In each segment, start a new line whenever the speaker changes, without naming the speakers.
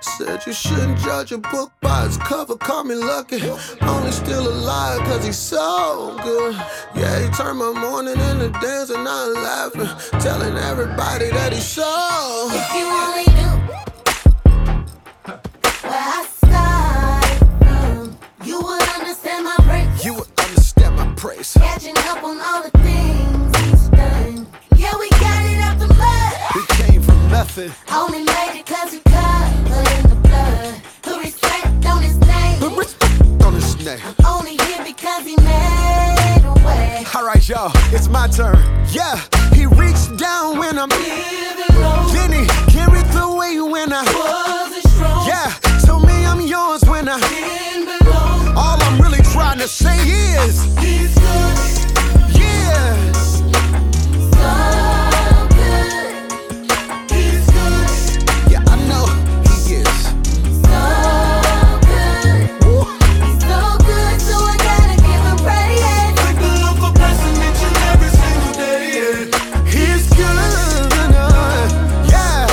Said you shouldn't judge a book by its cover, call me lucky. Only still alive cause he's so good. Yeah, he turned my morning into dance and I'm laughing. Telling everybody that he's so.
If you only knew where I started from, you would understand my break.
You would understand my praise.
Catching up on all the things he's done. Yeah, we got it out the mud.
We came from nothing.
Only made it cause we covered in the blood. Put respect on his
But
name.
respect on his name.
Only here because he made a way.
Alright, y'all, it's my turn. Yeah, he reached down when I'm.
Even though
Then he carried the weight when I.
wasn't strong,
Yeah, tell me I'm yours when I.
didn't belong.
All I'm really trying to say is,
He's good,
yeah.
so good. He's good.
Yeah, I know he is. Woo.
Thank the Lord for blessing each and every single day. yeah.
He's good. Yeah.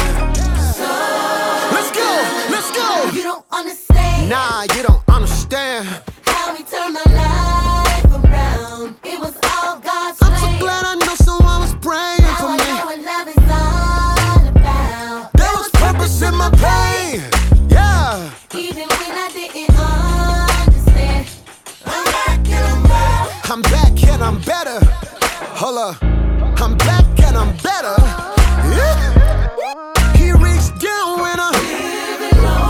Let's go. Let's go.
You don't understand
Nah, you don't understand.
how he turned my life around. It was all God's
I'm so
plan.
glad I know someone was praying
Now
for
I know
me.
what love is all about.
There was purpose in my pain. Yeah.
Even when I didn't understand, I'm back in the world.
I'm back and I'm better. Holla. I'm back and I'm better. Yeah. He reached down when I,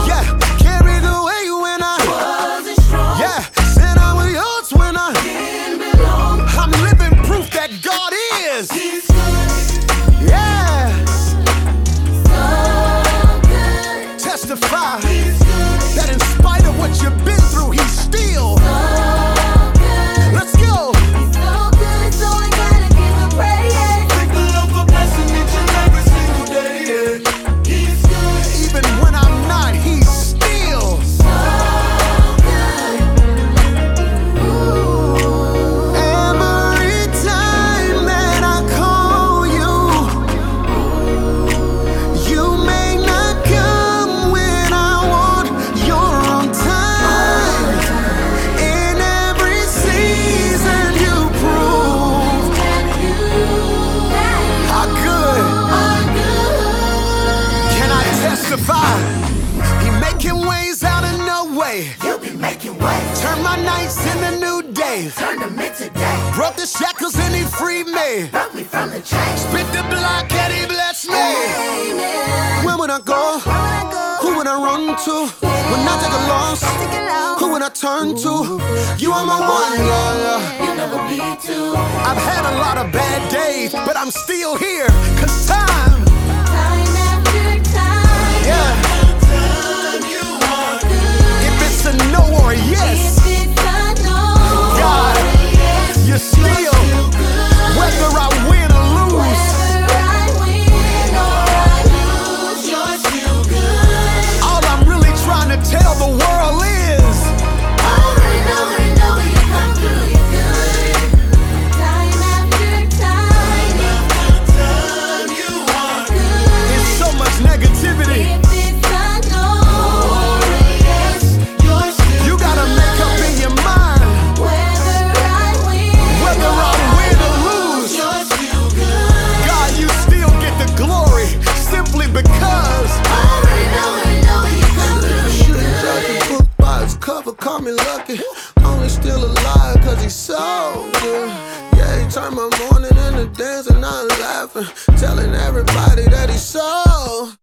yeah, carried away when I.
Wasn't strong,
Yeah, said I was yours when I.
didn't belong.
I'm living proof that God is.
He's good,
Yeah,
so good.
testify
He's good,
that in spite of what you've been through, He's still.
so good.
Let's go.
So good, so I gotta give him praise.
Thank the Lord for blessing each and every single day. yeah. He's good.
Even when I'm not, He's still. Every time that I call you, you may not come when I want. You're on time. In every season you prove
That you, that
how good
you are good.
can I testify? He making ways out of no way.
You be making waves,
Turn my nights into new days.
turn them into days.
Broke the shackles and he freed me.
Broke me from the chains.
Spit the block and he blessed me.
Amen.
Where would I go?
I go,
Who would I run to? When I take a loss,
take it low.
who would I turn to? You are my one, love.
You never be too.
I've had a lot of bad days, but I'm still here. Cause time,
Time after time.
yeah, if it's a no or a yes,
If it's a no,
God,
yes,
you're still, whether I win or lose,
whether I win or I lose, you're still good.
all I'm really trying to tell the world is
Over and over and over, you come through, you're good. Time after time, you are
there's
good.
so much negativity.
If it's a no, yes, you're still
You gotta make up in your mind
Whether I win,
whether I win or lose.
you're still good.
God, you still get the glory simply because.
Over and over and over, you come through, you're
Shouldn't judge
good.
a book by its cover, call me lucky. Only still alive, cause he's so good. Yeah, he turned my morning into dance and I'm laughing. Telling everybody that he's so.